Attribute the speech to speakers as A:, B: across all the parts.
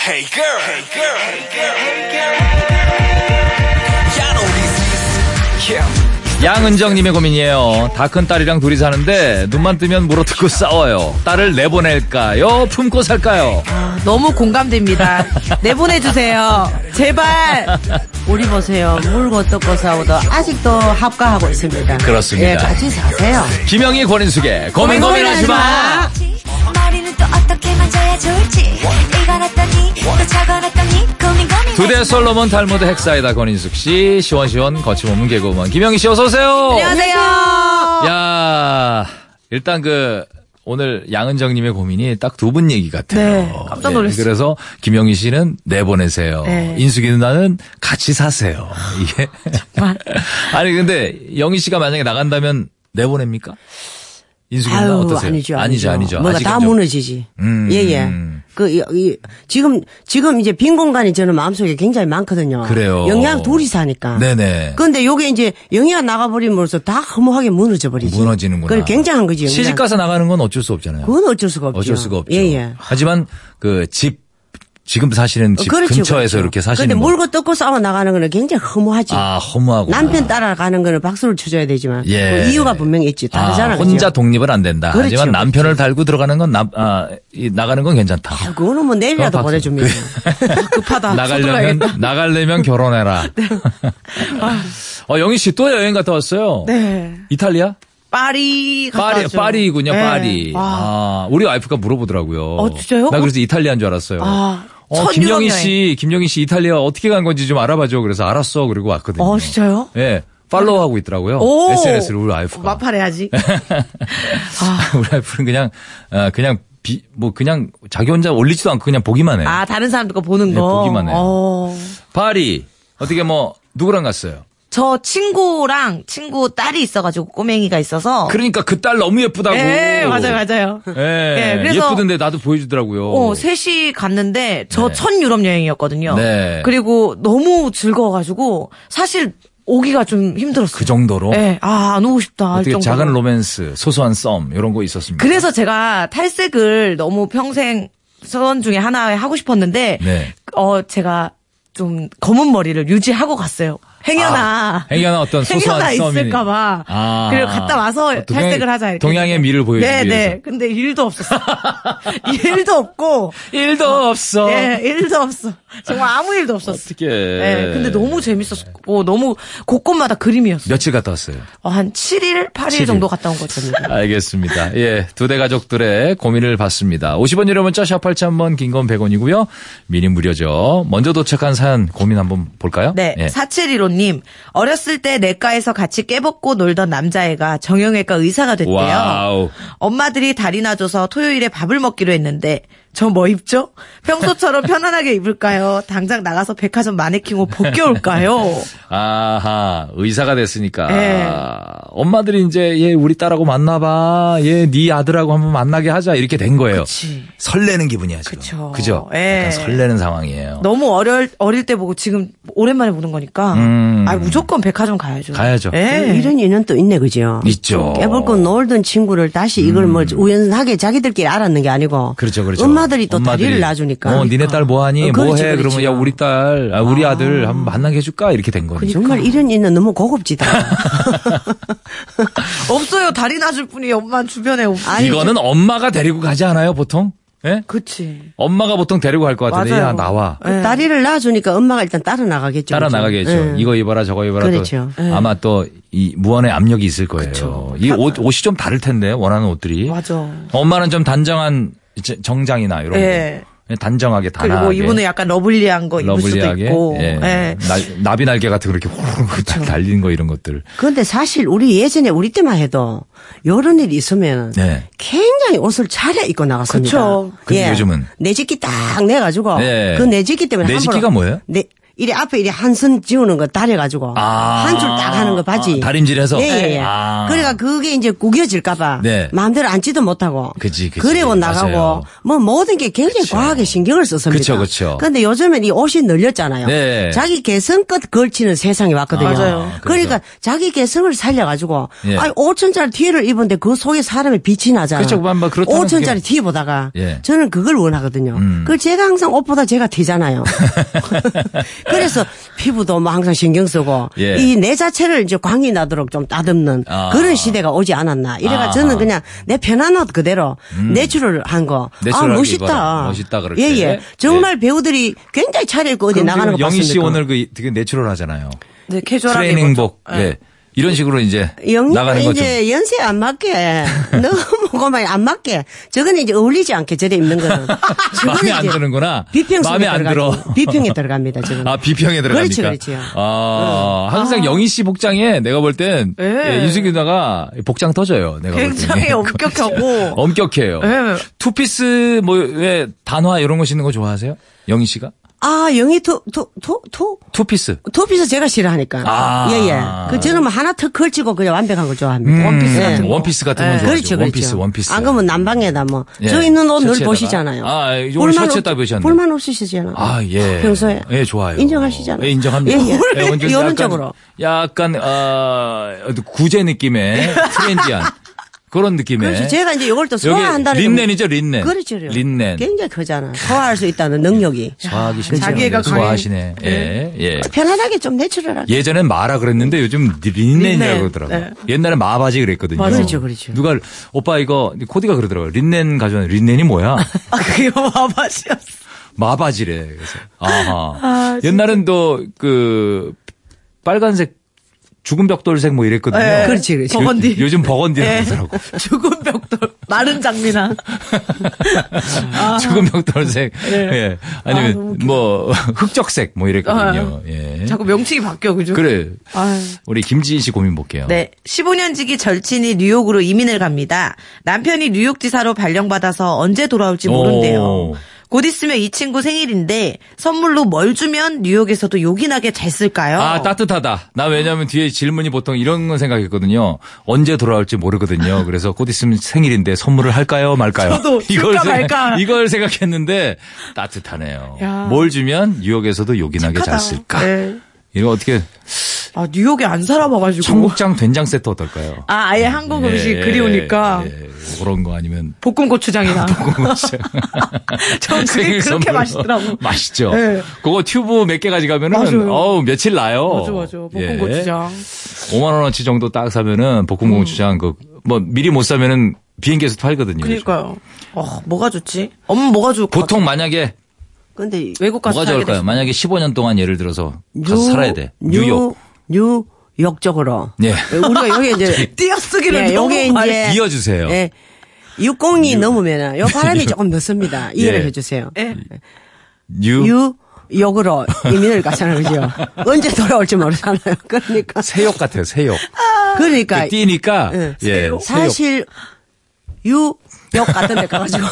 A: Hey girl, hey girl, hey girl, hey girl. 야, 너 this is Kim.
B: 양은정님의 고민이에요. 다 큰 딸이랑 둘이 사는데 눈만 뜨면 물어뜯고 싸워요. 딸을 내보낼까요? 품고 살까요?
C: 너무 공감됩니다. 내보내주세요. 제발. 우리 보세요. 물고 뜯고 싸우도 아직도 합가하고 있습니다.
B: 그렇습니다.
C: 예, 같이 사세요.
B: 김영희 권인숙의 고민 고민하지 마.
D: 머리는 또 어떻게 만져야 좋을지 이건 어떠니 또 저건 어떠니 고민 고민
B: 두대 솔로몬 탈무드 핵사이다 권인숙 씨 시원시원 거침없는 개그우먼 김영희 씨 어서 오세요.
C: 안녕하세요.
B: 야 일단 그 오늘 양은정님의 고민이 딱 두 분 얘기 같아요.
C: 네, 깜짝 놀랐어요.
B: 네, 그래서 김영희 씨는 내보내세요.
C: 네. 아,
B: 인숙이 누나는 같이 사세요. 이게 아니 근데 영희 씨가 만약에 나간다면 내보냅니까? 인숙이 누나
C: 아유,
B: 어떠세요?
C: 아니죠,
B: 아니죠,
C: 아니죠.
B: 아니죠.
C: 뭐가
B: 아직은
C: 다
B: 좀-
C: 무너지지.
B: 음,
C: 예, 예.
B: 음.
C: 그, 이, 이, 지금, 지금 이제 빈 공간이 저는 마음속에 굉장히 많거든요.
B: 그래요.
C: 영양 둘이 사니까.
B: 네네.
C: 근데 요게 이제 영양 나가버림으로써 다 허무하게 무너져 버리지.
B: 무너지는구나.
C: 그걸 굉장한 거지. 영양.
B: 시집 가서 나가는 건 어쩔 수 없잖아요.
C: 그건 어쩔 수가 없죠.
B: 어쩔 수가 없죠.
C: 예, 예.
B: 하지만 그 집 지금 사시는 집
C: 그렇죠,
B: 근처에서
C: 그렇죠.
B: 이렇게 사시는
C: 근데
B: 거.
C: 물고 뜯고 싸워 나가는 거는 굉장히 허무하지.
B: 아 허무하고
C: 남편 따라가는 거는 박수를 쳐줘야 되지만
B: 예.
C: 그 이유가 분명히 있지. 다르잖아.
B: 아,
C: 그죠?
B: 혼자 독립은 안 된다.
C: 그렇죠,
B: 하지만 남편을 달고 들어가는 건 남, 아, 이, 나가는 건 괜찮다.
C: 아, 그거는 뭐 내일이라도
B: 그럼 박수.
C: 보내줍니다. 아, 급하다.
B: 나가려면 나가려면 결혼해라. 어 영희 씨 또 여행 갔다 왔어요.
E: 네.
B: 이탈리아?
E: 파리 갔다
B: 파리
E: 왔죠.
B: 파리군요.
E: 네.
B: 파리.
E: 아,
B: 아, 우리 와이프가 물어보더라고요.
E: 어, 진짜요?
B: 나 그래서 이탈리아인 줄 알았어요.
E: 아,
B: 어,
E: 첫
B: 김영희
E: 유럽
B: 씨, 김영희 씨 이탈리아 어떻게 간 건지 좀 알아봐줘. 그래서 알았어. 그리고 왔거든요.
E: 어, 진짜요?
B: 예. 팔로우하고 있더라고요.
E: 오!
B: SNS를 우리 와이프가.
E: 마팔해야지.
B: 우리 와이프는 그냥 아, 그냥 비, 뭐 그냥 자기 혼자 올리지도 않고 그냥 보기만 해요.
E: 아, 다른 사람들 거
B: 네,
E: 보는 거.
B: 보기만 해요.
E: 어.
B: 파리 어떻게 뭐 누구랑 갔어요?
E: 저 친구랑 친구 딸이 있어가지고 꼬맹이가 있어서.
B: 그러니까 그 딸 너무 예쁘다고.
C: 네,
E: 예, 맞아요, 맞아요.
B: 예,
E: 예, 그래서-
B: 예쁘던데 나도 보여주더라고요.
E: 어, 셋이 갔는데
B: 네.
E: 저 첫 유럽 여행이었거든요.
B: 네.
E: 그리고 너무 즐거워가지고 사실 오기가 좀 힘들었어요.
B: 그 정도로
E: 예, 아, 안 오고 싶다 할
B: 어떻게
E: 정도로.
B: 작은 로맨스, 소소한 썸 이런 거 있었습니다.
E: 그래서 제가 탈색을 너무 평생 소원 중에 하나에 하고 싶었는데
B: 네.
E: 어 제가 좀 검은 머리를 유지하고 갔어요. 행여나
B: 아, 행여나 어떤 소소한
E: 행여나
B: 썸이-
E: 있을까봐
B: 아.
E: 그리고 갔다 와서
B: 어, 동양-
E: 탈색을 하자 이렇게.
B: 동양의 미를 보여주기
E: 네네.
B: 위해서.
E: 근데 일도 없었어. 일도 없고
B: 일도 없어.
E: 예 일도 없어. 정말 아무 일도 없었어.
B: 어떻게?
E: 예, 근데 너무 재밌었고 너무 곳곳마다 그림이었어. 요
B: 며칠 갔다 왔어요.
E: 한 7일, 8일
B: 칠일.
E: 정도 갔다 온 거죠.
B: 알겠습니다. 예. 두 대 가족들의 고민을 받습니다. 50원 유료 문자 샵 8000번 긴 건 100원이고요. 미니 무료죠. 먼저 도착한 사연 고민 한번 볼까요?
E: 네,
B: 예.
E: 4715님. 어렸을 때 내과에서 같이 깨벗고 놀던 남자애가 정형외과 의사가 됐대요.
B: 와우.
E: 엄마들이 다리나 줘서 토요일에 밥을 먹기로 했는데, 저 뭐 입죠? 평소처럼 편안하게 입을까요? 당장 나가서 백화점 마네킹 옷 벗겨올까요?
B: 아하. 의사가 됐으니까.
E: 예.
C: 네.
B: 엄마들이 이제 얘 우리 딸하고 만나 봐. 얘 네 아들하고 한번 만나게 하자. 이렇게 된 거예요.
E: 그치.
B: 설레는 기분이야, 지금.
E: 그쵸.
B: 그죠?
E: 예.
B: 약간 설레는 상황이에요.
E: 너무 어릴, 어릴 때 보고 지금 오랜만에 보는 거니까.
B: 음.
E: 아, 무조건 백화점 가야죠.
B: 가야죠.
E: 예.
C: 뭐 이런 인연 또 있네, 그죠?
B: 있죠. 음.
C: 깨불고 놀던 친구를 다시 이걸 뭐 우연하게 자기들끼리 알았는 게 아니고.
B: 그렇죠, 그렇죠.
C: 엄마들이 또
B: 엄마들이,
C: 다리를 놔주니까.
B: 어, 니네 딸 뭐하니? 뭐해?
C: 어, 그렇지,
B: 그러면
C: 그렇지.
B: 야 우리 딸, 아, 우리 아. 들 한번 만나게 해줄까? 이렇게 된 거죠.
C: 정말 그러니까 이런 인연 너무 고급지다.
E: 없어요. 다리 놔줄 분이 엄마 주변에 없어.
C: 아니,
B: 이거는 엄마가 데리고 가지 않아요, 보통? 예?
E: 그치.
B: 엄마가 보통 데리고 갈 것 같은데,
E: 맞아요.
B: 야, 나와.
C: 그 다리를 놔주니까 엄마가 일단 따라 나가겠죠.
B: 따라
C: 그죠?
B: 나가겠죠.
C: 예.
B: 이거 입어라, 저거 입어라. 또
C: 그렇죠. 예.
B: 아마 또, 이, 무언의 압력이 있을 거예요. 이 옷, 옷이 좀 다를 텐데, 원하는 옷들이.
E: 맞아.
B: 엄마는 좀 단정한 이제 정장이나 이런
E: 예.
B: 거. 단정하게, 단아하게.
E: 그리고 이분은 약간 러블리한 거 입을 수도
B: 러블리하게.
E: 있고.
B: 예.
E: 예.
B: 나- 나비 날개 같은 거 이렇게 호로록
C: 그렇죠.
B: 달리는 거 이런 것들.
C: 그런데 사실 우리 예전에 우리 때만 해도 이런 일이 있으면
B: 네.
C: 굉장히 옷을 차려 입고 나갔습니다. 예.
E: 그쵸.
B: 근데 요즘은?
C: 내집기 딱 내가지고
B: 네.
C: 그 내집기 때문에
B: 내집기가
C: 함부로-
B: 뭐예요?
C: 내 이리 앞에 이리 한 선 지우는 거 다려가지고
B: 아.
C: 한 줄 딱 하는 거 바지.
B: 아, 다림질해서?
C: 예, 예, 예.
B: 아.
C: 그래가 그게 이제 구겨질까봐
B: 네.
C: 마음대로 앉지도 못하고
B: 그지, 그지.
C: 그리고 나가고
B: 맞아요.
C: 뭐 모든 게 굉장히 과하게 신경을 썼습니다.
B: 그쵸, 그쵸.
C: 근데 요즘엔 이 옷이 늘렸잖아요.
B: 네.
C: 자기 개성껏 걸치는 세상이 왔거든요.
B: 아, 맞아요.
C: 그러니까 자기 개성을 살려가지고
B: 예.
C: 아니 5천짜리 티를 입었는데 그 속에 사람의 빛이 나잖아요.
B: 그쵸, 뭐, 뭐 그렇다는
C: 5천짜리
B: 그게-
C: 티 보다가
B: 예. 음.
C: 저는 그걸 원하거든요. 그걸 제가 항상 옷보다 제가 티잖아요. 그래서 피부도 뭐 항상 신경 쓰고
B: 예.
C: 이 내 자체를 이제 광이 나도록 좀 따듬는
B: 아.
C: 그런 시대가 오지 않았나. 이래가
B: 아. 음.
C: 저는 그냥 내 편한 옷 그대로 내추럴 한 거. 아
B: 내추럴하게 입어라.
C: 멋있다.
B: 멋있다 그럴
C: 예예.
B: 때.
C: 정말 배우들이 굉장히 차려입고 어디
B: 그럼
C: 나가는 거
B: 지금 영희
C: 봤습니까?
B: 씨 오늘 그 되게 내추럴하잖아요.
E: 네, 캐주얼하게.
B: 트레이닝복.
E: 입었죠.
B: 예. 이런 식으로 이제
C: 영희
B: 나가는 거죠.
C: 이제 연세 안 맞게 너무 고만 안 맞게 저거는 이제 어울리지 않게 저래 입는 거는 저거는
B: 마음에 안
C: 이제
B: 드는구나.
C: 비평 속에
B: 마음에 안
C: 들어가고
B: 들어.
C: 비평에 들어갑니다 지금.
B: 아 비평에 들어가니까.
C: 음. 그렇지 그렇죠, 그렇지요. 어.
B: 아 항상 영희 씨 복장에 내가 볼 땐
E: 예.
B: 예, 윤승기 누나가 복장 터져요. 내가
E: 굉장히
B: 볼 때. 그렇죠.
E: 엄격하고.
B: 엄격해요.
E: 예.
B: 투피스 뭐 왜 단화 이런 거 신는 거 좋아하세요? 영희 씨가
C: 아 영희 토토토토
B: 투피스.
C: 토피스 제가 싫어하니까.
B: 아.
C: 예예. 그 저는 뭐 하나 턱 걸치고 그냥 완벽한 걸 좋아합니다.
B: 음,
C: 원피스 같은 거.
B: 원피스 같은 건
E: 예.
B: 좋아하죠.
C: 그렇죠, 그렇죠.
B: 원피스, 원피스.
C: 안 그러면 난방에다 뭐.
B: 예,
C: 저 입는 옷 늘
B: 셔츠에다가.
C: 보시잖아요.
B: 아, 오늘
C: 볼만
B: 셔츠에
C: 없-
B: 딱 보셨네.
C: 볼만 없으시잖아요.
B: 아, 예.
C: 평소에.
B: 예, 좋아요.
C: 인정하시잖아요.
B: 예, 인정합니다.
C: 예, 예.
B: 완전
C: 이런
B: 약간-
C: 쪽으로.
B: 약간, 아, 구제 느낌의 트렌디한 그런 느낌의.
C: 그래서 그렇죠. 제가 이제 이걸 또
B: 네. 여기
C: 소화한다는.
B: 린넨이죠, 린넨.
C: 그렇죠.
B: 린넨. 네.
C: 굉장히 크잖아. 소화할 수 있다는 능력이. 그렇죠.
B: 소화하기 쉽지
E: 자기애가
B: 않은데
E: 강해.
B: 소화하시네. 예, 예.
C: 편안하게 좀 내추럴하게.
B: 예전엔 마라 그랬는데 요즘 린넨이라고
E: 린넨.
B: 그러더라고요.
E: 네.
B: 옛날에 마바지 그랬거든요.
C: 맞아요. 그렇죠, 그렇죠.
B: 누가 오빠 이거 코디가 그러더라고요. 린넨 가져왔는데 린넨이 뭐야?
E: 아, 그게 와바시였어.
B: 마바지래. 그래서 아하. 옛날엔 또 그 빨간색 죽은 벽돌색 뭐 이랬거든요.
E: 예.
C: 그렇지, 그렇지.
B: 요-
E: 버건디.
B: 요즘 버건디라고
E: 예.
B: 하더라고.
E: 죽은 벽돌, 마른 장미나.
B: 죽은 벽돌색. 예.
E: 네. 아,
B: 아니면
E: 너무 아.
B: 뭐 흑적색 뭐 이랬거든요. 예.
E: 자꾸 명칭이 바뀌어, 그죠?
B: 그래.
E: 아유.
B: 우리 김지희 씨 고민 볼게요.
E: 네. 15년 지기 절친이 뉴욕으로 이민을 갑니다. 남편이 뉴욕지사로 발령받아서 언제 돌아올지 모른대요.
B: 오.
E: 곧 있으면 이 친구 생일인데 선물로 뭘 주면 뉴욕에서도 요긴하게 잘 쓸까요?
B: 아, 따뜻하다. 나 왜냐면 뒤에 질문이 보통 이런 건 생각했거든요. 언제 돌아올지 모르거든요. 그래서 곧 있으면 생일인데 선물을 할까요, 말까요?
E: 저도 줄까 말까.
B: 이걸 생각했는데 따뜻하네요.
E: 야.
B: 뭘 주면 뉴욕에서도 요긴하게 잘
E: 착하다.
B: 쓸까?
E: 네.
B: 이거 어떻게
E: 아, 뉴욕에 안 살아봐가지고.
B: 청국장 된장 세트 어떨까요?
E: 아, 아예 한국 음식
B: 예,
E: 그리우니까.
B: 예, 그런 거 아니면
E: 볶음 고추장이나. 전 그게
B: 생일
E: 그렇게
B: 선물로.
E: 맛있더라고.
B: 맛있죠.
E: 예.
B: 그거 튜브 몇 개 가져가면은
E: 맞아요.
B: 어우 며칠 나요.
E: 맞아, 맞아. 볶음
B: 예.
E: 고추장.
B: 5만 원어치 정도 딱 사면은 볶음 고추장 그 뭐 미리 못 사면은 비행기에서 팔거든요.
C: 그러니까.
E: 그니까요. 어, 뭐가 좋지? 엄마 뭐가 좋을 것
B: 보통 만약에
C: 근데
E: 외국 가서
B: 뭐가
E: 살게
B: 좋을까요?
E: 됐어.
B: 만약에 15년 동안 예를 들어서 가서
C: 뉴-
B: 살아야 돼. 뉴욕.
C: 뉴, 뉴욕 쪽으로.
B: 예.
C: 우리가 여기 이제.
E: 띄어쓰기를
C: 예,
E: 너무
C: 요게
E: 많이
C: 이제.
B: 이어주세요.
C: 예. 60이 넘으면은 요 바람이 조금 늦습니다. 이해를
B: 예.
C: 해주세요.
E: 예.
B: 뉴.
C: 유욕으로 이민을 가잖아요, 그죠? 언제 돌아올지 모르잖아요. 그러니까.
B: 새욕 같아요. 새욕.
C: 그러니까.
B: 그 뛰니까
C: 예.
B: 예. 새욕.
C: 사실, 유욕 같은 데 가가지고,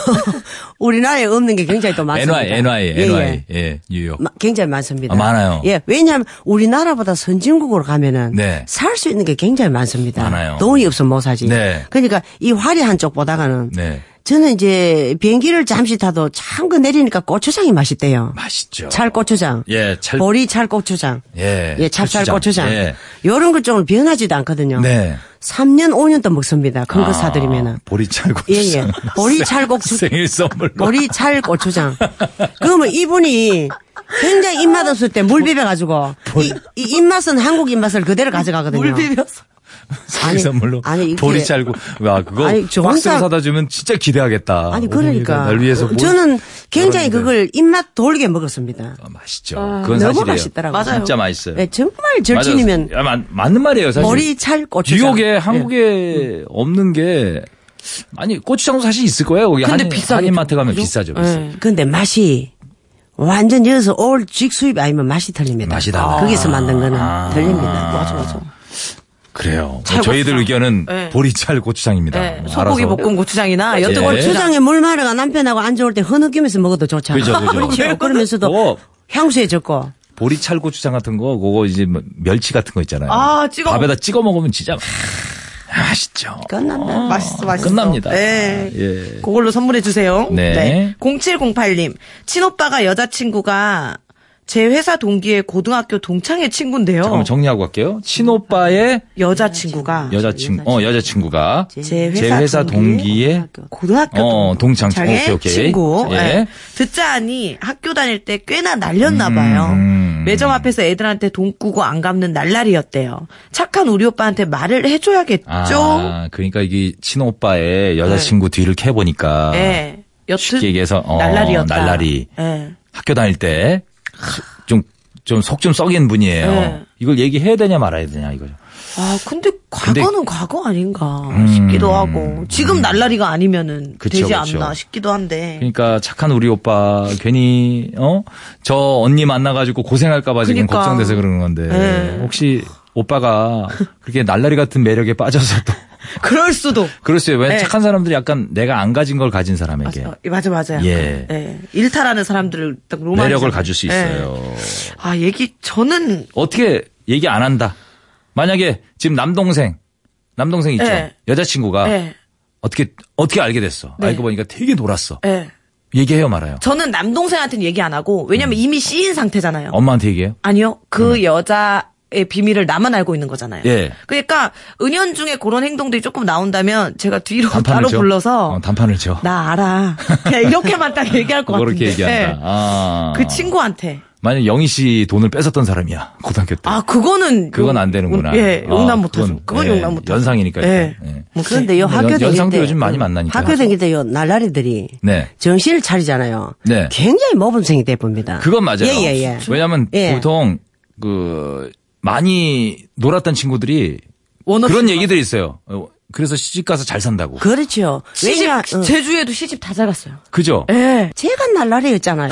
C: 우리나라에 없는 게 굉장히 또 많습니다.
B: NY, NY,
C: 예,
B: NY.
C: 예.
B: 예, 뉴욕.
C: 마- 굉장히 많습니다.
B: 아, 많아요.
C: 예, 왜냐하면 우리나라보다 선진국으로 가면은
B: 네.
C: 살 수 있는 게 굉장히 많습니다.
B: 많아요.
C: 돈이 없으면 못 사지.
B: 네.
C: 그러니까 이 화려한 쪽보다가는
B: 네.
C: 저는 이제 비행기를 잠시 타도 참그 내리니까 고추장이 맛있대요.
B: 맛있죠.
C: 찰 고추장.
B: 예, 찰-
C: 보리 찰 고추장.
B: 예,
C: 찹쌀
B: 고추장.
C: 고추장.
B: 예.
C: 이런 것 쪽은 변하지도 않거든요.
B: 네.
C: 3년, 5년도 먹습니다. 큰 거
B: 아,
C: 사드리면은.
B: 보리찰
C: 예,
B: 고추장.
C: 예. 보리찰 고추,
B: 생일 선물로.
C: 보리찰 고추장. 그러면 이분이 굉장히 입맛 없을 때 물 비벼가지고 이, 이 입맛은 한국 입맛을 그대로 가져가거든요.
E: 물 비벼서.
B: 생일
C: 아니,
B: 선물로
C: 아니, 이게-
B: 보리찰 고. 와 그거
C: 아니, 저
B: 박스로
C: 혼자-
B: 사다 주면 진짜 기대하겠다.
C: 아니
B: 어머니가
C: 그러니까
B: 날 위해서 뭘-
C: 저는 굉장히
B: 그러는데.
C: 그걸 입맛 돌게 먹었습니다.
B: 아, 맛있죠. 그건
C: 너무
B: 사실이에요.
C: 맛있더라고요.
E: 맞아요.
B: 진짜 맛있어요.
C: 네, 정말 절친이면
B: 맞아요. 아, 맞- 맞는 말이에요, 사실.
C: 보리찰 고추장.
B: 뉴욕에
C: 예.
B: 한국에 없는 게 아니 고추장도 사실 있을 거예요. 거기
E: 근데
B: 한인,
E: 비싸겠죠.
B: 한인마트 가면
E: 그죠?
B: 비싸죠. 비싸.
C: 근데 네. 맛이 완전 여기서 올직 수입 아니면 맛이 틀립니다.
B: 맛이 달라요.
C: 거기서 만든 거는
B: 아.
C: 틀립니다.
E: 맞아, 맞아.
B: 그래요.
E: 찰
B: 저희들
E: 고추장.
B: 의견은
E: 네.
B: 보리찰 고추장입니다.
C: 네.
B: 뭐
E: 예. 소고기
B: 알아서.
E: 볶음 고추장이나 여태
B: 예.
C: 고추장에 물 마르가 남편하고 안 좋을 때 흐느끼면서 먹어도 좋잖아.
B: 그죠, 그죠.
C: 그렇죠. 그러면서도
B: 뭐.
C: 향수에 젖고
B: 보리 찰고추장 같은 거, 그거 이제 뭐 멸치 같은 거 있잖아요.
E: 아, 찍어 먹-
B: 밥에다 찍어 먹으면 진짜 맛있죠. 아,
C: 끝난다.
E: 맛있어, 맛있어.
B: 끝납니다.
E: 네.
B: 예.
E: 그걸로 선물해주세요.
B: 네.
E: 0708님, 친오빠가 여자친구가 제 회사 동기의 고등학교 동창의 친구인데요.
B: 잠깐만 정리하고 갈게요. 친오빠의
E: 여자친구가
B: 여자친구, 어, 여자친구가
E: 제 회사,
B: 제 회사 동기의
E: 고등학교
B: 어, 동창
E: 동창의
B: 오케이, 오케이.
E: 친구.
B: 예.
E: 예. 듣자 하니 학교 다닐 때 꽤나 날렸나 봐요.
B: 음.
E: 매점 앞에서 애들한테 돈 꾸고 안 갚는 날라리였대요. 착한 우리 오빠한테 말을 해줘야겠죠?
B: 아, 그러니까 이게 친오빠의 여자친구
E: 네.
B: 뒤를 캐보니까
E: 예. 여튼
B: 쉽게 얘기해서 어,
E: 날라리였다.
B: 날라리.
E: 예.
B: 학교 다닐 때 좀, 좀 속 좀 썩인 분이에요.
E: 네.
B: 이걸 얘기해야 되냐 말아야 되냐 이거죠.
E: 아, 근데
B: 근데- 음.
E: 과거는 과거 아닌가 싶기도 하고 지금 날라리가 아니면은
B: 그쵸,
E: 되지
B: 그쵸.
E: 않나 싶기도 한데.
B: 그러니까 착한 우리 오빠 괜히 어 저 언니 만나가지고 고생할까봐 지금
E: 그러니까.
B: 걱정돼서 그러는 건데
E: 네.
B: 혹시 오빠가 그렇게 날라리 같은 매력에 빠져서 또
E: 그럴 수도.
B: 그랬어요. 왜
E: 네.
B: 착한 사람들이 약간 내가 안 가진 걸 가진 사람에게
E: 어, 맞아 맞아요.
B: 예.
E: 일탈하는 사람들을 딱 로망
B: 매력을 가질 수 있어요.
E: 아 얘기 저는
B: 어떻게 얘기 안 한다. 만약에 지금 남동생 남동생 있죠.
E: 네.
B: 여자친구가
E: 네.
B: 어떻게 어떻게 알게 됐어. 알고 보니까 되게 놀았어.
E: 예.
B: 얘기해요 말아요.
E: 저는 남동생한테는 얘기 안 하고 왜냐면 이미 씨인 상태잖아요.
B: 음. 엄마한테 얘기해요.
E: 아니요 그 여자의 비밀을 나만 알고 있는 거잖아요.
B: 예.
E: 그러니까 은연중에 그런 행동들이 조금 나온다면 제가 뒤로
B: 단판을
E: 따로
B: 쳐.
E: 불러서
B: 어, 단판을 쳐.
E: 나 알아. 그냥 이렇게만 딱 얘기할 것 같은데.
B: 그렇게 얘기한다.
E: 예.
B: 아.
E: 그 친구한테.
B: 만약 영희 씨 돈을 뺏었던 사람이야 고등학교 때.
E: 아 그거는
B: 그건
E: 용-
B: 안 되는구나.
E: 예, 용납
B: 아,
E: 못하죠.
B: 그건,
E: 그건
B: 예,
E: 용납 못하죠.
B: 연상이니까 일단.
E: 예.
B: 예.
E: 뭐
C: 그런데 요
B: 연-
C: 학교 다닐
B: 연상도
C: 때
B: 요즘 많이 만나니까.
C: 학교 다닐 때요 날라리들이
B: 네.
C: 정신을 차리잖아요.
B: 네.
C: 굉장히 모범생이 돼 봅니다.
B: 그건 맞아요.
C: 예예예.
B: 왜냐하면
C: 예.
B: 보통 그 많이 놀았던 친구들이
E: 원어
B: 그런
E: 친구가-
B: 얘기들이 있어요. 어, 그래서 시집 가서 잘 산다고.
C: 그렇죠.
E: 시집
C: 왜냐 응.
E: 제주에도 시집 다 잘 갔어요.
B: 그죠?
E: 예.
C: 제가 날라리였잖아요.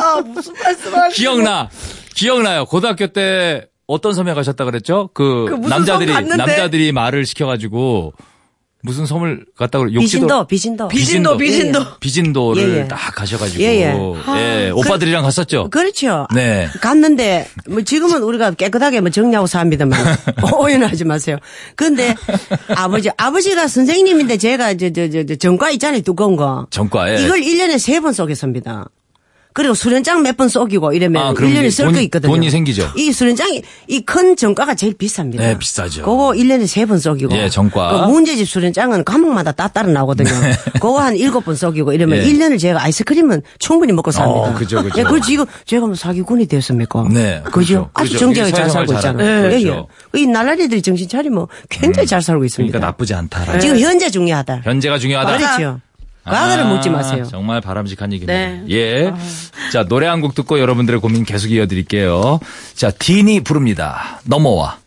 E: 아 무슨 말씀하시?
B: 기억나. 기억나요. 고등학교 때 어떤 섬에 가셨다 그랬죠? 그,
E: 그 무슨
B: 남자들이
E: 섬 갔는데?
B: 남자들이 말을 시켜가지고 무슨 섬을 갔다 그래.
C: 비신도 비신도.
E: 비진도 비진도.
C: 예,
B: 비진도를
C: 예, 예.
B: 딱 가셔가지고
C: 예, 예.
B: 예, 오빠들이랑 갔었죠.
C: 그렇죠.
B: 네.
C: 갔는데 뭐 지금은 우리가 깨끗하게 뭐 정리하고 삽니다만 오해하지 마세요. 근데 아버지 아버지가 선생님인데 제가 저 저 저 정과 있잖아요 두꺼운 거.
B: 전과에 예.
C: 이걸 1년에 세 번 쏘겠습니다. 그리고 수련장 몇 번 쏘기고 이러면
B: 아, 그럼
C: 1년에
B: 이제
C: 쓸
B: 돈-
C: 거 있거든요.
B: 돈이 생기죠.
C: 이 수련장이 이 큰 정가가 제일 비쌉니다.
B: 네, 비싸죠.
C: 그거 1년에 세 번 쏘기고.
B: 예, 정과. 네.
C: 그 문제집 수련장은 과목마다 따 따로 나오거든요. 그거 한 일곱 번 쏘기고 이러면
B: 예.
C: 일 1년을 제가 아이스크림은 충분히 먹고 삽니다.
B: 어, 그죠, 그죠.
C: 예, 그래서 지금 제가 뭐 사기꾼이 되었습니까?
B: 네, 그죠,
C: 그죠. 아주
B: 그죠.
C: 정직하게 잘
B: 사회생활
C: 살고
B: 잘하고.
C: 있잖아요.
B: 네.
C: 예, 예.
B: 그렇죠.
C: 이 날라리들이 정신 차리면 굉장히 잘 살고 있습니다.
B: 그러니까 나쁘지 않다라.
C: 지금 현재 중요하다.
B: 현재가 중요하다.
C: 그렇죠. 과거를
B: 아,
C: 묻지 마세요. 아.
B: 정말 바람직한
E: 네.
B: 얘기입니다. 예. 자, 노래 한 곡 듣고 여러분들의 고민 계속 이어드릴게요. 자, 딘이 부릅니다. 넘어와.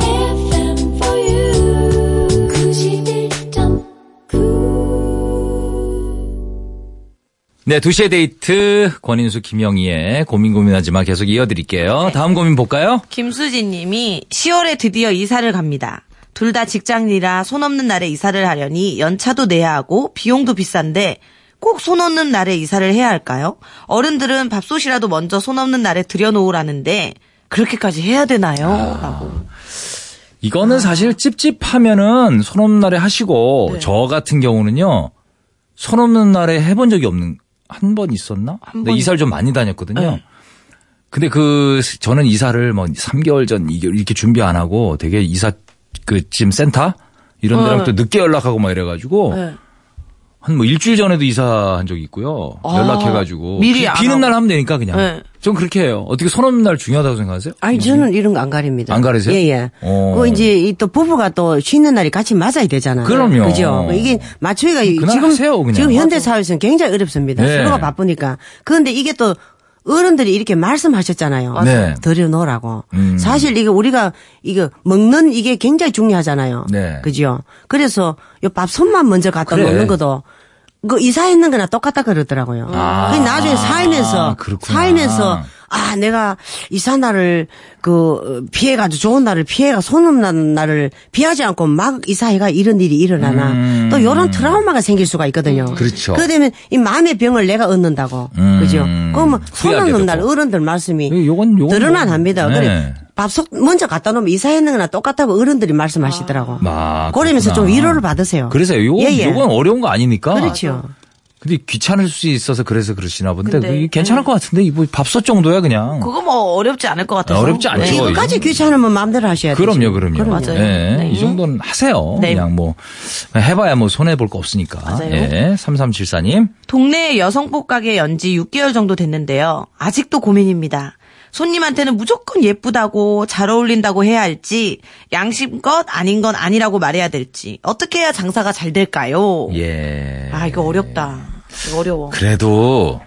D: FM for you 그91.9
B: 네, 2시의 데이트 권인수 김영희의 고민 고민하지마 계속 이어드릴게요. 다음 고민 볼까요?
E: 김수진님이 10월에 드디어 이사를 갑니다. 둘 다 직장이라 손 없는 날에 이사를 하려니 연차도 내야 하고 비용도 비싼데 꼭 손 없는 날에 이사를 해야 할까요? 어른들은 밥솥이라도 먼저 손 없는 날에 들여놓으라는데 그렇게까지 해야 되나요?
B: 아.
E: 라고.
B: 이거는 사실 찝찝하면은 손 없는 날에 하시고 저 같은 경우는요 손 없는 날에 해본 적이 없는 한 번 있었나? 근데 이사를 좀 많이 다녔거든요. 근데 그 저는 이사를 뭐 3개월 전 이게 이렇게 준비 안 하고 되게 이사 그 지금 센터 이런 데랑 또 늦게 연락하고 막 이래가지고 한 뭐 일주일 전에도 이사한 적이 있고요. 연락해가지고
E: 미리
B: 비,
E: 안
B: 비는
E: 하고.
B: 날 하면 되니까 그냥
E: 네.
B: 전 그렇게 해요. 어떻게 손 없는 날 중요하다고 생각하세요?
C: 아니 저는 이런 거 안 가립니다.
B: 안 가리세요?
C: 예예.
B: 어.
C: 그 이제 이 또 부부가 또 쉬는 날이 같이 맞아야 되잖아요.
B: 그럼요.
C: 그죠? 그 이게 맞추기가
B: 그날
C: 지금
B: 하세요, 그냥.
C: 지금 현대 사회에서는 굉장히 어렵습니다.
B: 네.
C: 서로가 바쁘니까. 그런데 이게 또 어른들이 이렇게 말씀하셨잖아요.
B: 네.
C: 들여놓으라고.
B: 음.
C: 사실 이게 우리가 이거 먹는 이게 굉장히 중요하잖아요.
B: 네.
C: 그죠? 그래서 요 밥 손만 먼저 갖다
B: 그래.
C: 놓는 것도 그 이사했는 거나 똑같다 그러더라고요.
B: 아.
C: 그 나중에
B: 아,
C: 살면서
B: 그렇구나.
C: 살면서 아, 내가 이사 날을 그 피해가지고 좋은 날을 피해가 손 없는 날을 피하지 않고 막 이사해가 이런 일이 일어나나
B: 음.
C: 또 이런 트라우마가 생길 수가 있거든요.
B: 그렇죠.
C: 그러게 되면 이 마음의 병을 내가 얻는다고
B: 음.
C: 그죠? 그러면 손
B: 후회하게
C: 없는 날
B: 되고.
C: 어른들 말씀이
B: 이- 요건- 요건
C: 드러난
B: 뭐-
C: 합니다.
B: 네.
C: 그래 밥솥 먼저 갖다 놓으면 이사했는 거나 똑같다고 어른들이 말씀하시더라고.
B: 아,
C: 그러면서 좀
B: 그렇구나.
C: 위로를
E: 어.
C: 받으세요.
B: 그래서요. 요건,
C: 예, 예.
B: 요건 어려운 거 아니니까.
C: 그렇죠.
B: 근데 귀찮을 수 있어서 그래서 그러시나 본데
E: 근데, 음.
B: 그게 괜찮을 것 같은데 이거 밥솥 정도야 그냥.
E: 그거 뭐 어렵지 않을 것 같아서.
B: 어렵지 않죠.
E: 네.
C: 이거까지 귀찮으면 마음대로 하셔야 돼요.
B: 그럼요, 그럼요.
E: 맞아요.
B: 예,
E: 네.
B: 이 정도는 하세요.
E: 네.
B: 그냥 뭐 해봐야 뭐 손해 볼 거 없으니까.
E: 맞아요.
B: 예, 3374님.
E: 동네 여성복 가게 연지 6개월 정도 됐는데요. 아직도 고민입니다. 손님한테는 무조건 예쁘다고 잘 어울린다고 해야 할지 양심껏 아닌 건 아니라고 말해야 될지 어떻게 해야 장사가 잘 될까요?
B: 예.
E: 아 이거 어렵다. 이거 어려워.
B: 그래도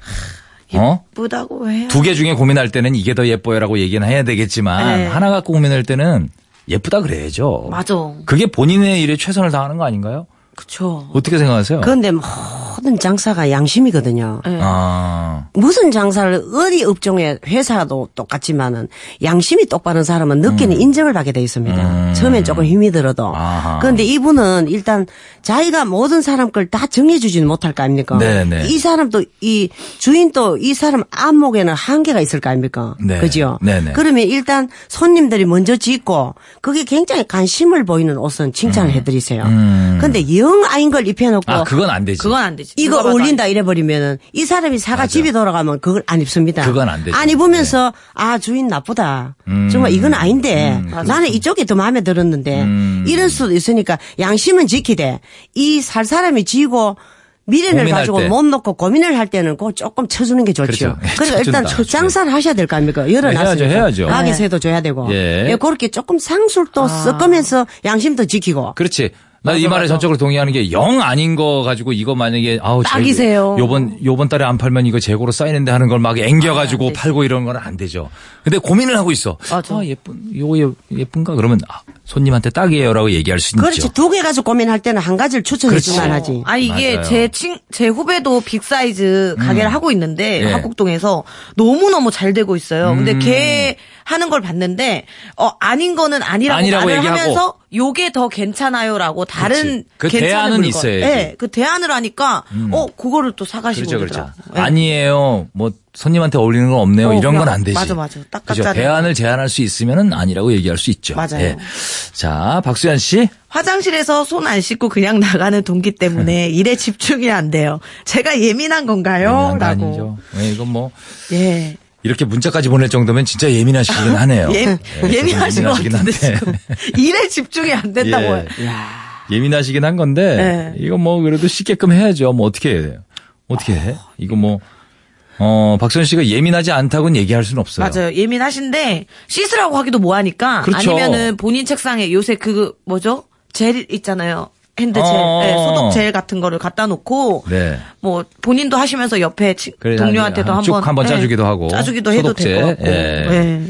B: 어?
E: 예쁘다고 해야.
B: 두 개 중에 고민할 때는 이게 더 예뻐요라고 얘기는 해야 되겠지만
E: 네.
B: 하나 갖고 고민할 때는 예쁘다 그래야죠.
E: 맞아.
B: 그게 본인의 일에 최선을 다하는 거 아닌가요?
E: 그쵸.
B: 어떻게 생각하세요?
C: 그런데 모든 장사가 양심이거든요.
B: 아.
C: 무슨 장사를 어디 업종의 회사도 똑같지만은 양심이 똑바른 사람은 늦게는 인정을 받게 돼 있습니다.
B: 음.
C: 처음엔 조금 힘이 들어도.
B: 아하.
C: 그런데 이분은 일단 자기가 모든 사람 걸 다 정해주지는 못할 거 아닙니까?
B: 네네.
C: 이 사람도 이 주인도 이 사람 안목에는 한계가 있을 거 아닙니까?
B: 네.
C: 그죠?
B: 네네.
C: 그러면 일단 손님들이 먼저 짓고 그게 굉장히 관심을 보이는 옷은 칭찬을 해드리세요.
B: 음.
C: 그런데 영 아닌 걸 입혀놓고
B: 아, 그건 안 되지.
E: 뭐 그건 안 되지.
C: 이거
E: 누가 봐도
C: 올린다 이래버리면은 이 사람이 사가 집에 돌아가면 그걸 안 입습니다.
B: 그건 안 되죠. 네. 음.
C: 안 입으면서 아 주인 나쁘다. 정말 이건 아닌데
B: 그렇죠.
C: 나는 이쪽이 더 마음에 들었는데 이럴 수도 있으니까 양심은 지키되 이 살 사람이 지고 미련을
B: 고민할
C: 가지고
B: 때.
C: 몸 놓고 고민을 할 때는 꼭 조금 쳐주는 게 좋죠.
B: 그렇죠.
C: 그러니까 일단
B: 쳐준다.
C: 장사를 하셔야 될 거 아닙니까? 열어놨으니까.
B: 해야죠, 해야죠.
C: 가게
E: 네.
C: 세도 줘야 되고.
B: 예.
C: 예, 그렇게 조금 상술도 섞으면서 양심도 지키고.
B: 그렇지. 나 이 말에 전적으로 동의하는 게 영 아닌 거 가지고 이거 만약에 아우 저기
E: 딱이세요.
B: 요번 요번 달에 안 팔면 이거 재고로 쌓이는데 하는 걸 막 앵겨
E: 아, 네.
B: 가지고 팔고 이런 건 안 되죠. 근데 고민을 하고 있어. 아 예쁜 요거 예- 예쁜가 그러면 아, 손님한테 딱이에요라고 얘기할 수
C: 그렇지.
B: 있죠. 그렇죠.
C: 두 개 가지고 고민할 때는 한 가지를 추천해
B: 그렇지.
C: 주만 하지.
E: 아 이게
B: 맞아요.
E: 제 친 제 후배도 빅 사이즈 가게를 하고 있는데
B: 예. 음.
E: 학곡동에서 너무 너무 잘 되고 있어요. 근데 걔 하는 걸 봤는데 어 아닌 거는 아니라고,
B: 아니라고
E: 말을
B: 얘기하고.
E: 하면서 요게 더 괜찮아요라고 다른
B: 그치. 그
E: 괜찮은
B: 대안은
E: 물건.
B: 있어야지. 음.
E: 예, 그 대안을 하니까 어 그거를 또 사가시고
B: 그렇죠,
E: 그러더라.
B: 그렇죠.
E: 예.
B: 아니에요. 뭐 손님한테 어울리는 건 없네요.
E: 어,
B: 이런 건
E: 그냥-
B: 안 되지.
E: 맞아, 맞아. 딱
B: 그죠.
E: 깎아내려.
B: 대안을 제안할 수 있으면은 아니라고 얘기할 수 있죠.
E: 맞아요.
B: 예. 자, 박수현 씨.
E: 화장실에서 손 안 씻고 그냥 나가는 동기 때문에 일에 집중이 안 돼요. 제가 예민한 건가요?
B: 예민한 거 아니죠.
E: 라고.
B: 예, 이건 뭐
E: 예.
B: 이렇게 문자까지 보낼 정도면 진짜 예민하시긴 하네요.
E: 예,
B: 예,
E: 예민하신 것
B: 예민하시긴
E: 같은데
B: 한데.
E: 지금 일에 집중이 안 된다고. 요
B: 예. 예민하시긴 한 건데
E: 예.
B: 이거 뭐 그래도 씻게끔 해야죠. 뭐 어떻게 해야 돼요? 어떻게 해? 이거 뭐 어, 박선 씨가 예민하지 않다고는 얘기할 수는 없어요.
E: 맞아요. 예민하신데 씻으라고 하기도 뭐하니까
B: 그렇죠.
E: 아니면은 본인 책상에 요새 그 뭐죠 젤 있잖아요. 핸드 젤,
B: 어.
E: 예, 소독 젤 같은 거를 갖다 놓고
B: 네.
E: 뭐 본인도 하시면서 옆에 치-
B: 그래,
E: 동료한테도
B: 한- 쭉
E: 한번 예,
B: 한번 짜주기도 하고.
E: 짜주기도 해도
B: 소독 젤,
E: 될 것 같고.
B: 예.
E: 예.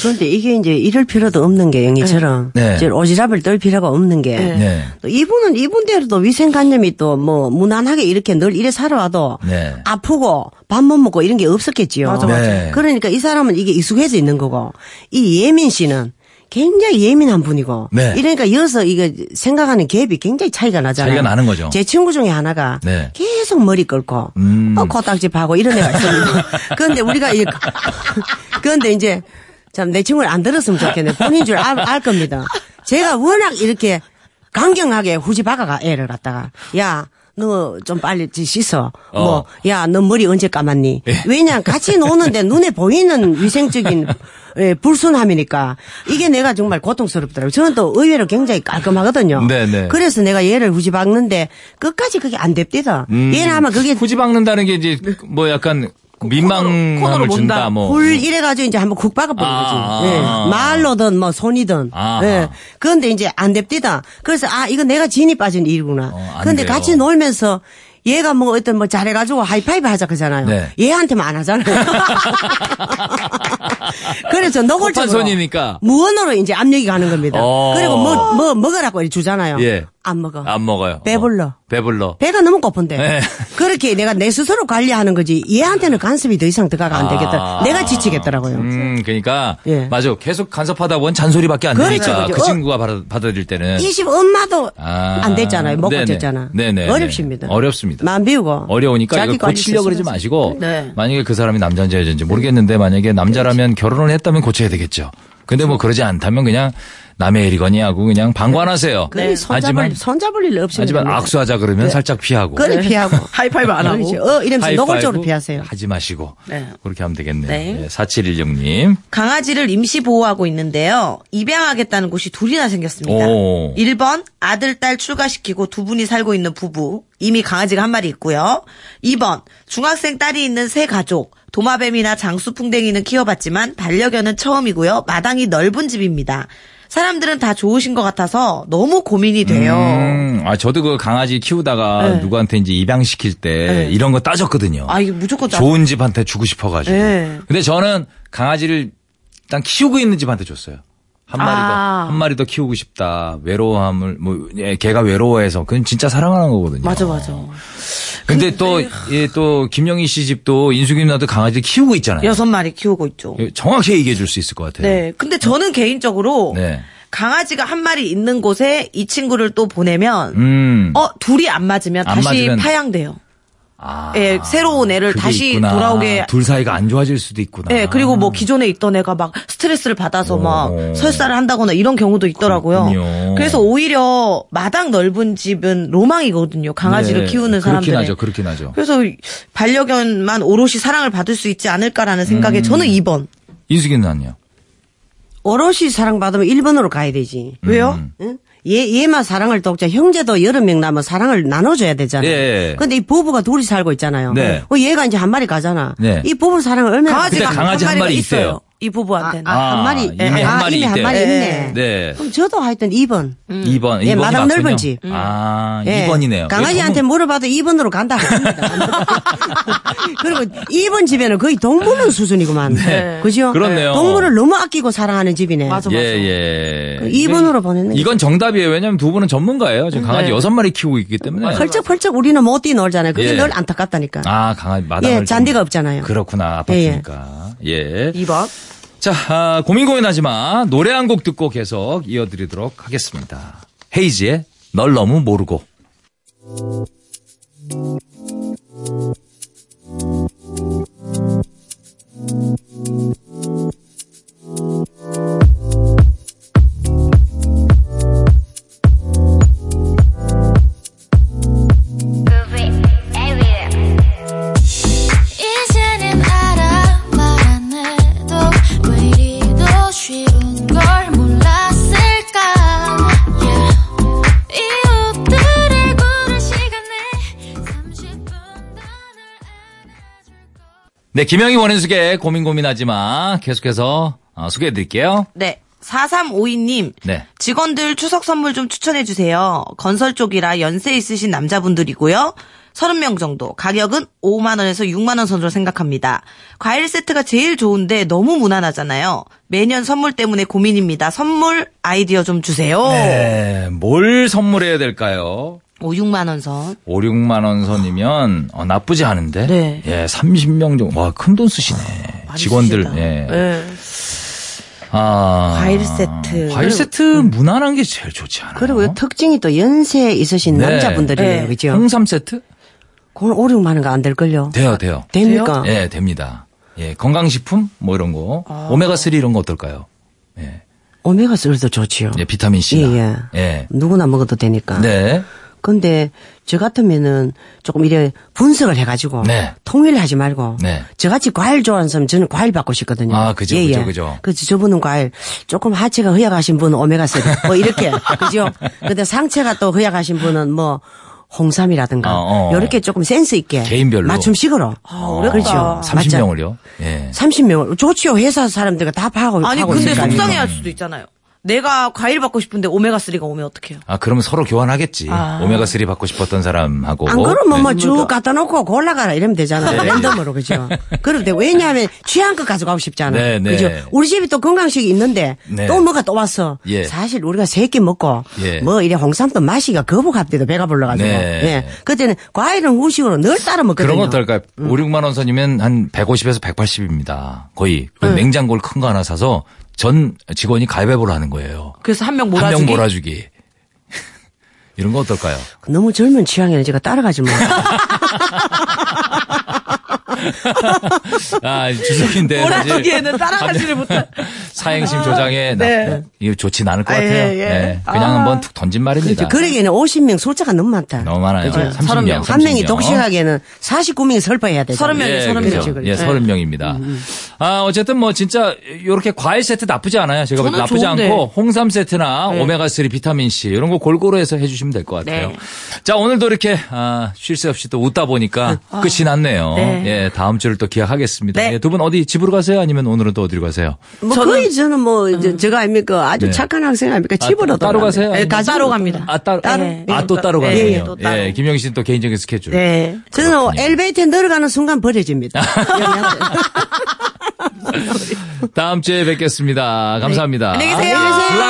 C: 그런데 이게 이제 이럴 필요도 없는 게 영희처럼
B: 네.
C: 이제 오지랖을 떨 필요가 없는 게
B: 네.
C: 또 이분은 이분대로 또 위생관념이 또 뭐 무난하게 이렇게 늘 이래 살아와도
B: 네.
C: 아프고 밥 못 먹고 이런 게 없었겠지요.
E: 맞아,
B: 맞아. 네.
C: 그러니까 이 사람은 이게 익숙해져 있는 거고 이 예민 씨는 굉장히 예민한 분이고
B: 네.
C: 이러니까 이어서 이거 생각하는 갭이 굉장히 차이가 나잖아요.
B: 차이가 나는 거죠.
C: 제 친구 중에 하나가
B: 네.
C: 계속 머리 긁고
B: 음.
C: 어, 코딱지 파고 이런 애가 있습니다. 그런데 우리가 이 그런데 이제 참 내 친구를 안 들었으면 좋겠네. 본인 줄 알 겁니다. 제가 워낙 이렇게 강경하게 후지박아가 애를 갖다가 야. 너 좀 빨리 지-
B: 어.
C: 씻어.
B: 예.
C: 뭐, 야, 너 머리 언제 감았니? 왜냐, 같이 노는데 눈에 보이는 위생적인 예, 불순함이니까 이게 내가 정말 고통스럽더라고요. 저는 또 의외로 굉장히 깔끔하거든요.
B: 네네.
C: 그래서 내가 얘를
B: 음.
C: 후지박는데 끝까지 그게 안 됩디다. 얘는 아마 그게
B: 후지 박는다는 게 이제 뭐 약간 민망함을
E: 그 코너로
B: 준다,
E: 몬다.
B: 뭐.
C: 홀 이래가지고 이제 한번 국 박아보는
B: 아,
C: 거지.
B: 아,
C: 예.
B: 아.
C: 말로든 뭐 손이든.
B: 아하.
C: 예. 그런데 이제 안 됩디다. 그래서 아, 이거 내가 진이 빠진 일이구나.
B: 어, 안
C: 그런데
B: 돼요.
C: 같이 놀면서 얘가 뭐 어떤 뭐 잘해가지고 하이파이브 하자 그러잖아요.
B: 네.
C: 얘한테만 안 하잖아요. 그래서 노골적으로.
B: 곱한 손이니까.
C: 무언으로 이제 압력이 가는 겁니다.
B: 어.
C: 그리고 뭐, 뭐 먹으라고 이렇게 주잖아요.
B: 예.
C: 안 먹어.
B: 안 먹어요.
C: 배불러.
B: 어, 배불러.
C: 배가 너무 고픈데.
B: 네.
C: 그렇게 내가 내 스스로 관리하는 거지. 얘한테는 간섭이 더 이상 들어가가 안 되겠다.
B: 아.
C: 내가 지치겠더라고요.
B: 음, 그러니까
C: 예.
B: 맞아. 계속 간섭하다 보면 잔소리밖에 안
C: 그렇죠,
B: 되니까
C: 그렇죠.
B: 그
C: 어.
B: 친구가 받아, 받아들일 때는
C: 이 집 엄마도
B: 아.
C: 안 됐잖아요. 못
B: 네네.
C: 고쳤잖아.
B: 네네.
C: 어렵습니다.
B: 어렵습니다.
C: 마음 비우고.
B: 어려우니까
C: 자기
B: 이거
C: 관리
B: 고치려고 그러지
C: 스스로
B: 마시고
E: 네.
B: 만약에 그 사람이 남자인지 여자인지 모르겠는데 만약에 남자라면 결혼을 했다면 고쳐야 되겠죠. 근데 뭐 그러지 않다면 그냥 남의 일이거니 하고 그냥 방관하세요.
C: 네. 그리
E: 네.
C: 손잡을,
B: 하지만
C: 손잡을 일 없으면.
B: 하지만
C: 됩니다.
B: 악수하자 그러면 살짝 피하고
C: 네. 그걸 피하고.
E: 하이파이브 안 하고.
C: 그렇지. 어, 이러면서
B: 하이파이브
C: 노골적으로 피하세요.
B: 하지 마시고
E: 네.
B: 그렇게 하면 되겠네요.
E: 네.
B: 네. 4716님
E: 강아지를 임시 보호하고 있는데요. 입양하겠다는 곳이 둘이나 생겼습니다.
B: 오.
E: 1번 아들 딸 출가시키고 두 분이 살고 있는 부부. 이미 강아지가 한 마리 있고요. 2번 중학생 딸이 있는 새 가족. 도마뱀이나 장수풍뎅이는 키워봤지만 반려견은 처음이고요. 마당이 넓은 집입니다. 사람들은 다 좋으신 것 같아서 너무 고민이 돼요.
B: 음, 아 저도 그 강아지 키우다가 누구한테 이제 입양시킬 때 이런 거 따졌거든요.
E: 네. 아 이게 무조건 나-
B: 좋은 집한테 주고 싶어가지고.
E: 네.
B: 근데 저는 강아지를 일단 키우고 있는 집한테 줬어요. 한 마리
E: 아.
B: 더, 한 마리 더 키우고 싶다. 외로함을, 뭐, 예, 걔가 외로워해서. 그건 진짜 사랑하는 거거든요.
E: 맞아 네. 맞아.
B: 근데 또, 예, 또, 김영희 씨 집도 인숙이 누나도 강아지를 키우고 있잖아요.
E: 여섯 마리 키우고 있죠.
B: 예, 정확히 얘기해 줄 수 있을 것 같아요.
E: 네. 근데 저는 개인적으로
B: 네.
E: 강아지가 한 마리 있는 곳에 이 친구를 또 보내면
B: 음.
E: 어 둘이 안 맞으면
B: 안
E: 다시
B: 맞으면-
E: 파양돼요.
B: 아,
E: 예, 새로운 애를
B: 그게
E: 다시
B: 있구나.
E: 돌아오게
B: 둘 사이가 안 좋아질 수도 있구나.
E: 예, 그리고 뭐 기존에 있던 애가 막 스트레스를 받아서 막
B: 오.
E: 설사를 한다거나 이런 경우도 있더라고요.
B: 어. 그렇군요.
E: 래서 오히려 마당 넓은 집은 로망이거든요. 강아지를
B: 네,
E: 키우는
B: 그렇긴
E: 사람들.
B: 하죠, 그렇긴 하죠.
E: 그래서 반려견만 오롯이 사랑을 받을 수 있지 않을까라는
B: 음.
E: 생각에 저는 2번.
B: 인숙이 누나는요?
C: 오롯이 사랑받으면 일본으로 가야 되지.
E: 왜요?
B: 음.
C: 응? 얘, 얘만 사랑을 독자 형제도 여러 명 남아 사랑을 나눠줘야 되잖아요.
B: 예.
C: 근데 이 부부가 둘이 살고 있잖아요.
B: 네.
C: 어, 얘가 이제 한 마리 가잖아.
B: 네.
C: 이 부부 사랑을 얼마나
E: 강아지가
B: 근데 강아지 한
E: 마리가
B: 마리 있어요.
E: 이 부부한테는.
C: 아, 한 마리.
B: 이미 한
C: 아,
B: 마리
C: 이미 한
B: 있대.
C: 마리 있네.
B: 네.
C: 그럼 저도 하여튼 2번.
B: 2번.
C: 예,
B: 2번이
C: 마당
B: 맞군요.
C: 넓은 집.
B: 아,
C: 예.
B: 2번이네요.
C: 강아지한테 물어봐도 2번으로 간다고 합니다. 그리고 2번 집에는 거의 동물원
B: 예.
C: 수준이구만.
B: 네.
C: 그죠?
B: 그렇네요.
C: 동물을 너무 아끼고 사랑하는 집이네.
E: 맞아.
B: 예, 예.
C: 그 2번으로 보냈네. 네.
B: 이건 정답이에요. 왜냐면 두 분은 전문가예요. 지금 강아지 여섯 마리 키우고 있기 때문에.
C: 펄쩍펄쩍 우리는 못 뛰놀잖아요. 그게
B: 예.
C: 늘 안타깝다니까.
B: 아, 강아지 마당을.
C: 예, 잔디가 없잖아요.
B: 그렇구나.
C: 예, 예.
B: 아파트니까. 예.
E: 2번.
B: 자, 아, 고민 고민하지 마. 노래 한 곡 듣고 계속 이어드리도록 하겠습니다. 헤이지의 널 너무 모르고.
D: 이제는 알아 말 안 해도 왜 이리도 쉬운 걸 몰랐을까 yeah. 이웃들을 구를 시간에 30분 단을 안아줄 거
B: 네, 김영희 원인숙의 고민 고민하지 마. 계속해서 어, 소개해 드릴게요.
E: 네. 4352님.
B: 네.
E: 직원들 추석 선물 좀 추천해 주세요. 건설 쪽이라 연세 있으신 남자분들이고요. 30명 정도. 가격은 5만 원에서 6만 원 선으로 생각합니다. 과일 세트가 제일 좋은데 너무 무난하잖아요. 매년 선물 때문에 고민입니다. 선물 아이디어 좀 주세요.
B: 네, 뭘 선물해야 될까요?
E: 5, 6만 원 선.
B: 5, 6만 원 선이면 어, 나쁘지 않은데.
E: 네.
B: 예, 30명 정도. 와, 큰 돈 쓰시네.
E: 많이
B: 직원들.
E: 쓰시다.
B: 예.
E: 예.
B: 아.
E: 과일 세트.
B: 과일 세트 무난한 게 제일 좋지 않아요?
C: 그리고 요 어? 특징이 또 연세 있으신
B: 네.
C: 남자분들이에요.
E: 네.
C: 그죠?
B: 홍삼 세트?
C: 그건 5, 6만 원가 안 될걸요.
B: 돼요, 돼요.
C: 됩니까?
B: 예, 됩니다. 예, 건강식품 뭐 이런 거. 오메가3 이런 거 어떨까요? 예.
C: 오메가 3도 좋지요.
B: 예, 비타민 C.
C: 예, 예. 누구나 먹어도 되니까.
B: 네.
C: 근데 저 같으면은 조금 이래 분석을 해가지고
B: 네.
C: 통일하지 말고
B: 네.
C: 저같이 과일 좋아하는 사람 저는 과일 받고 싶거든요. 예,
B: 아, 그죠, 그죠, 그죠.
C: 그래서 저분은 과일 조금 하체가 허약하신 분은 오메가 3뭐 이렇게 그죠. 근데 상체가 또 허약하신 분은 뭐 홍삼이라든가
B: 어, 어.
C: 이렇게 조금 센스 있게
B: 개인별로. 아,
C: 맞춤식으로
E: 어렵다.
C: 그렇죠.
B: 30명을요. 예.
C: 30명을 좋지요 회사 그 사람들과 다 파악하고
E: 아니
C: 하고
E: 근데
C: 있을 거 아닙니까?
E: 속상해할 수도 있잖아요. 내가 과일 받고 싶은데 오메가 3가 오면 어떡해요?
B: 아, 그러면 서로 교환하겠지.
E: 아.
B: 오메가 3 받고 싶었던 사람하고.
C: 안 그러면
B: 네.
C: 뭐 쭉 갖다 놓고 골라가라 이러면 되잖아요. 랜덤으로 그죠? 그럼 돼. 왜냐하면 취향껏 가져가고 싶잖아.
B: 네,
C: 요
B: 네.
C: 그죠? 우리 집이 또 건강식이 있는데
B: 네.
C: 또 뭐가 또 왔어.
B: 예.
C: 사실 우리가 세 끼 먹고
B: 예.
C: 뭐 이래 홍삼도 마시기가 거북합니다. 배가 불러가지고.
B: 네.
C: 예. 그때는 과일은 후식으로 늘 따라 먹거든요.
B: 그런 건 어떨까요?
E: 음.
B: 5, 6만 원 선이면 한 150에서 180입니다. 거의. 그
E: 네.
B: 냉장고를 큰 거 하나 사서 전 직원이 가위바위보를 하는 거예요.
E: 그래서 한 명
B: 한
E: 몰아주기.
B: 명 몰아주기. 이런 거 어떨까요?
C: 너무 젊은 취향에는 제가 따라가지 못.
B: 아, 주석인데 사실
E: 몰아주기에는 따라가지를 못해.
B: 사행심 조장에 나-
E: 네.
B: 이거 좋진 않을 것
E: 아, 그렇죠. 예,
B: 같아요.
E: 예.
B: 네. 그냥 한번 툭 던진 말입니다.
C: 그러기에는 50명 숫자가 너무 많다.
B: 너무 많아요.
C: 그죠?
B: 30명.
C: 한 명이 독식하기에는 49명이 설파해야 돼.
E: 30 명이
B: 예,
E: 서른
B: 그렇죠.
E: 명이죠, 그렇죠.
B: 예, 서른 명입니다.
E: 음.
B: 아, 어쨌든 뭐 진짜 이렇게 과일 세트 나쁘지 않아요. 제가 볼 때
E: 저는
B: 나쁘지
E: 좋은데.
B: 않고 홍삼 세트나 오메가 3 비타민 C 이런 거 골고루 해서 해주시면 될 것 같아요.
E: 네.
B: 자, 오늘도 이렇게 아, 쉴 새 없이 또 웃다 보니까 끝이 났네요.
E: 아. 네.
B: 예, 다음 주를 또 기약하겠습니다.
E: 네. 음,
B: 예, 두 분 어디 집으로 가세요? 아니면 오늘은 또 어디로 가세요?
C: 뭐
E: 저는-
C: 거의 저는 뭐 저- 저가 아닙니까 아주
B: 네.
C: 착한 학생 아닙니까
B: 아,
C: 집으로
B: 따로
C: 돌아갑니다.
B: 가세요?
C: 예, 가지
E: 따로
C: 못하고.
E: 네, 갑니다.
B: 아, 따로
E: 따로?
B: 아, 또 따로
E: 예,
B: 가세요.
E: 예, 또 따로.
B: 예, 김영희 씨는 또 개인적인 스케줄. 예.
E: 네.
C: 저는
B: 그렇군요.
C: 어, 엘리베이터에 내려가는 순간 버려집니다.
B: 다음 주에 뵙겠습니다. 감사합니다.
E: 네. 안녕히 계세요.
C: 안녕히 계세요.
B: 블락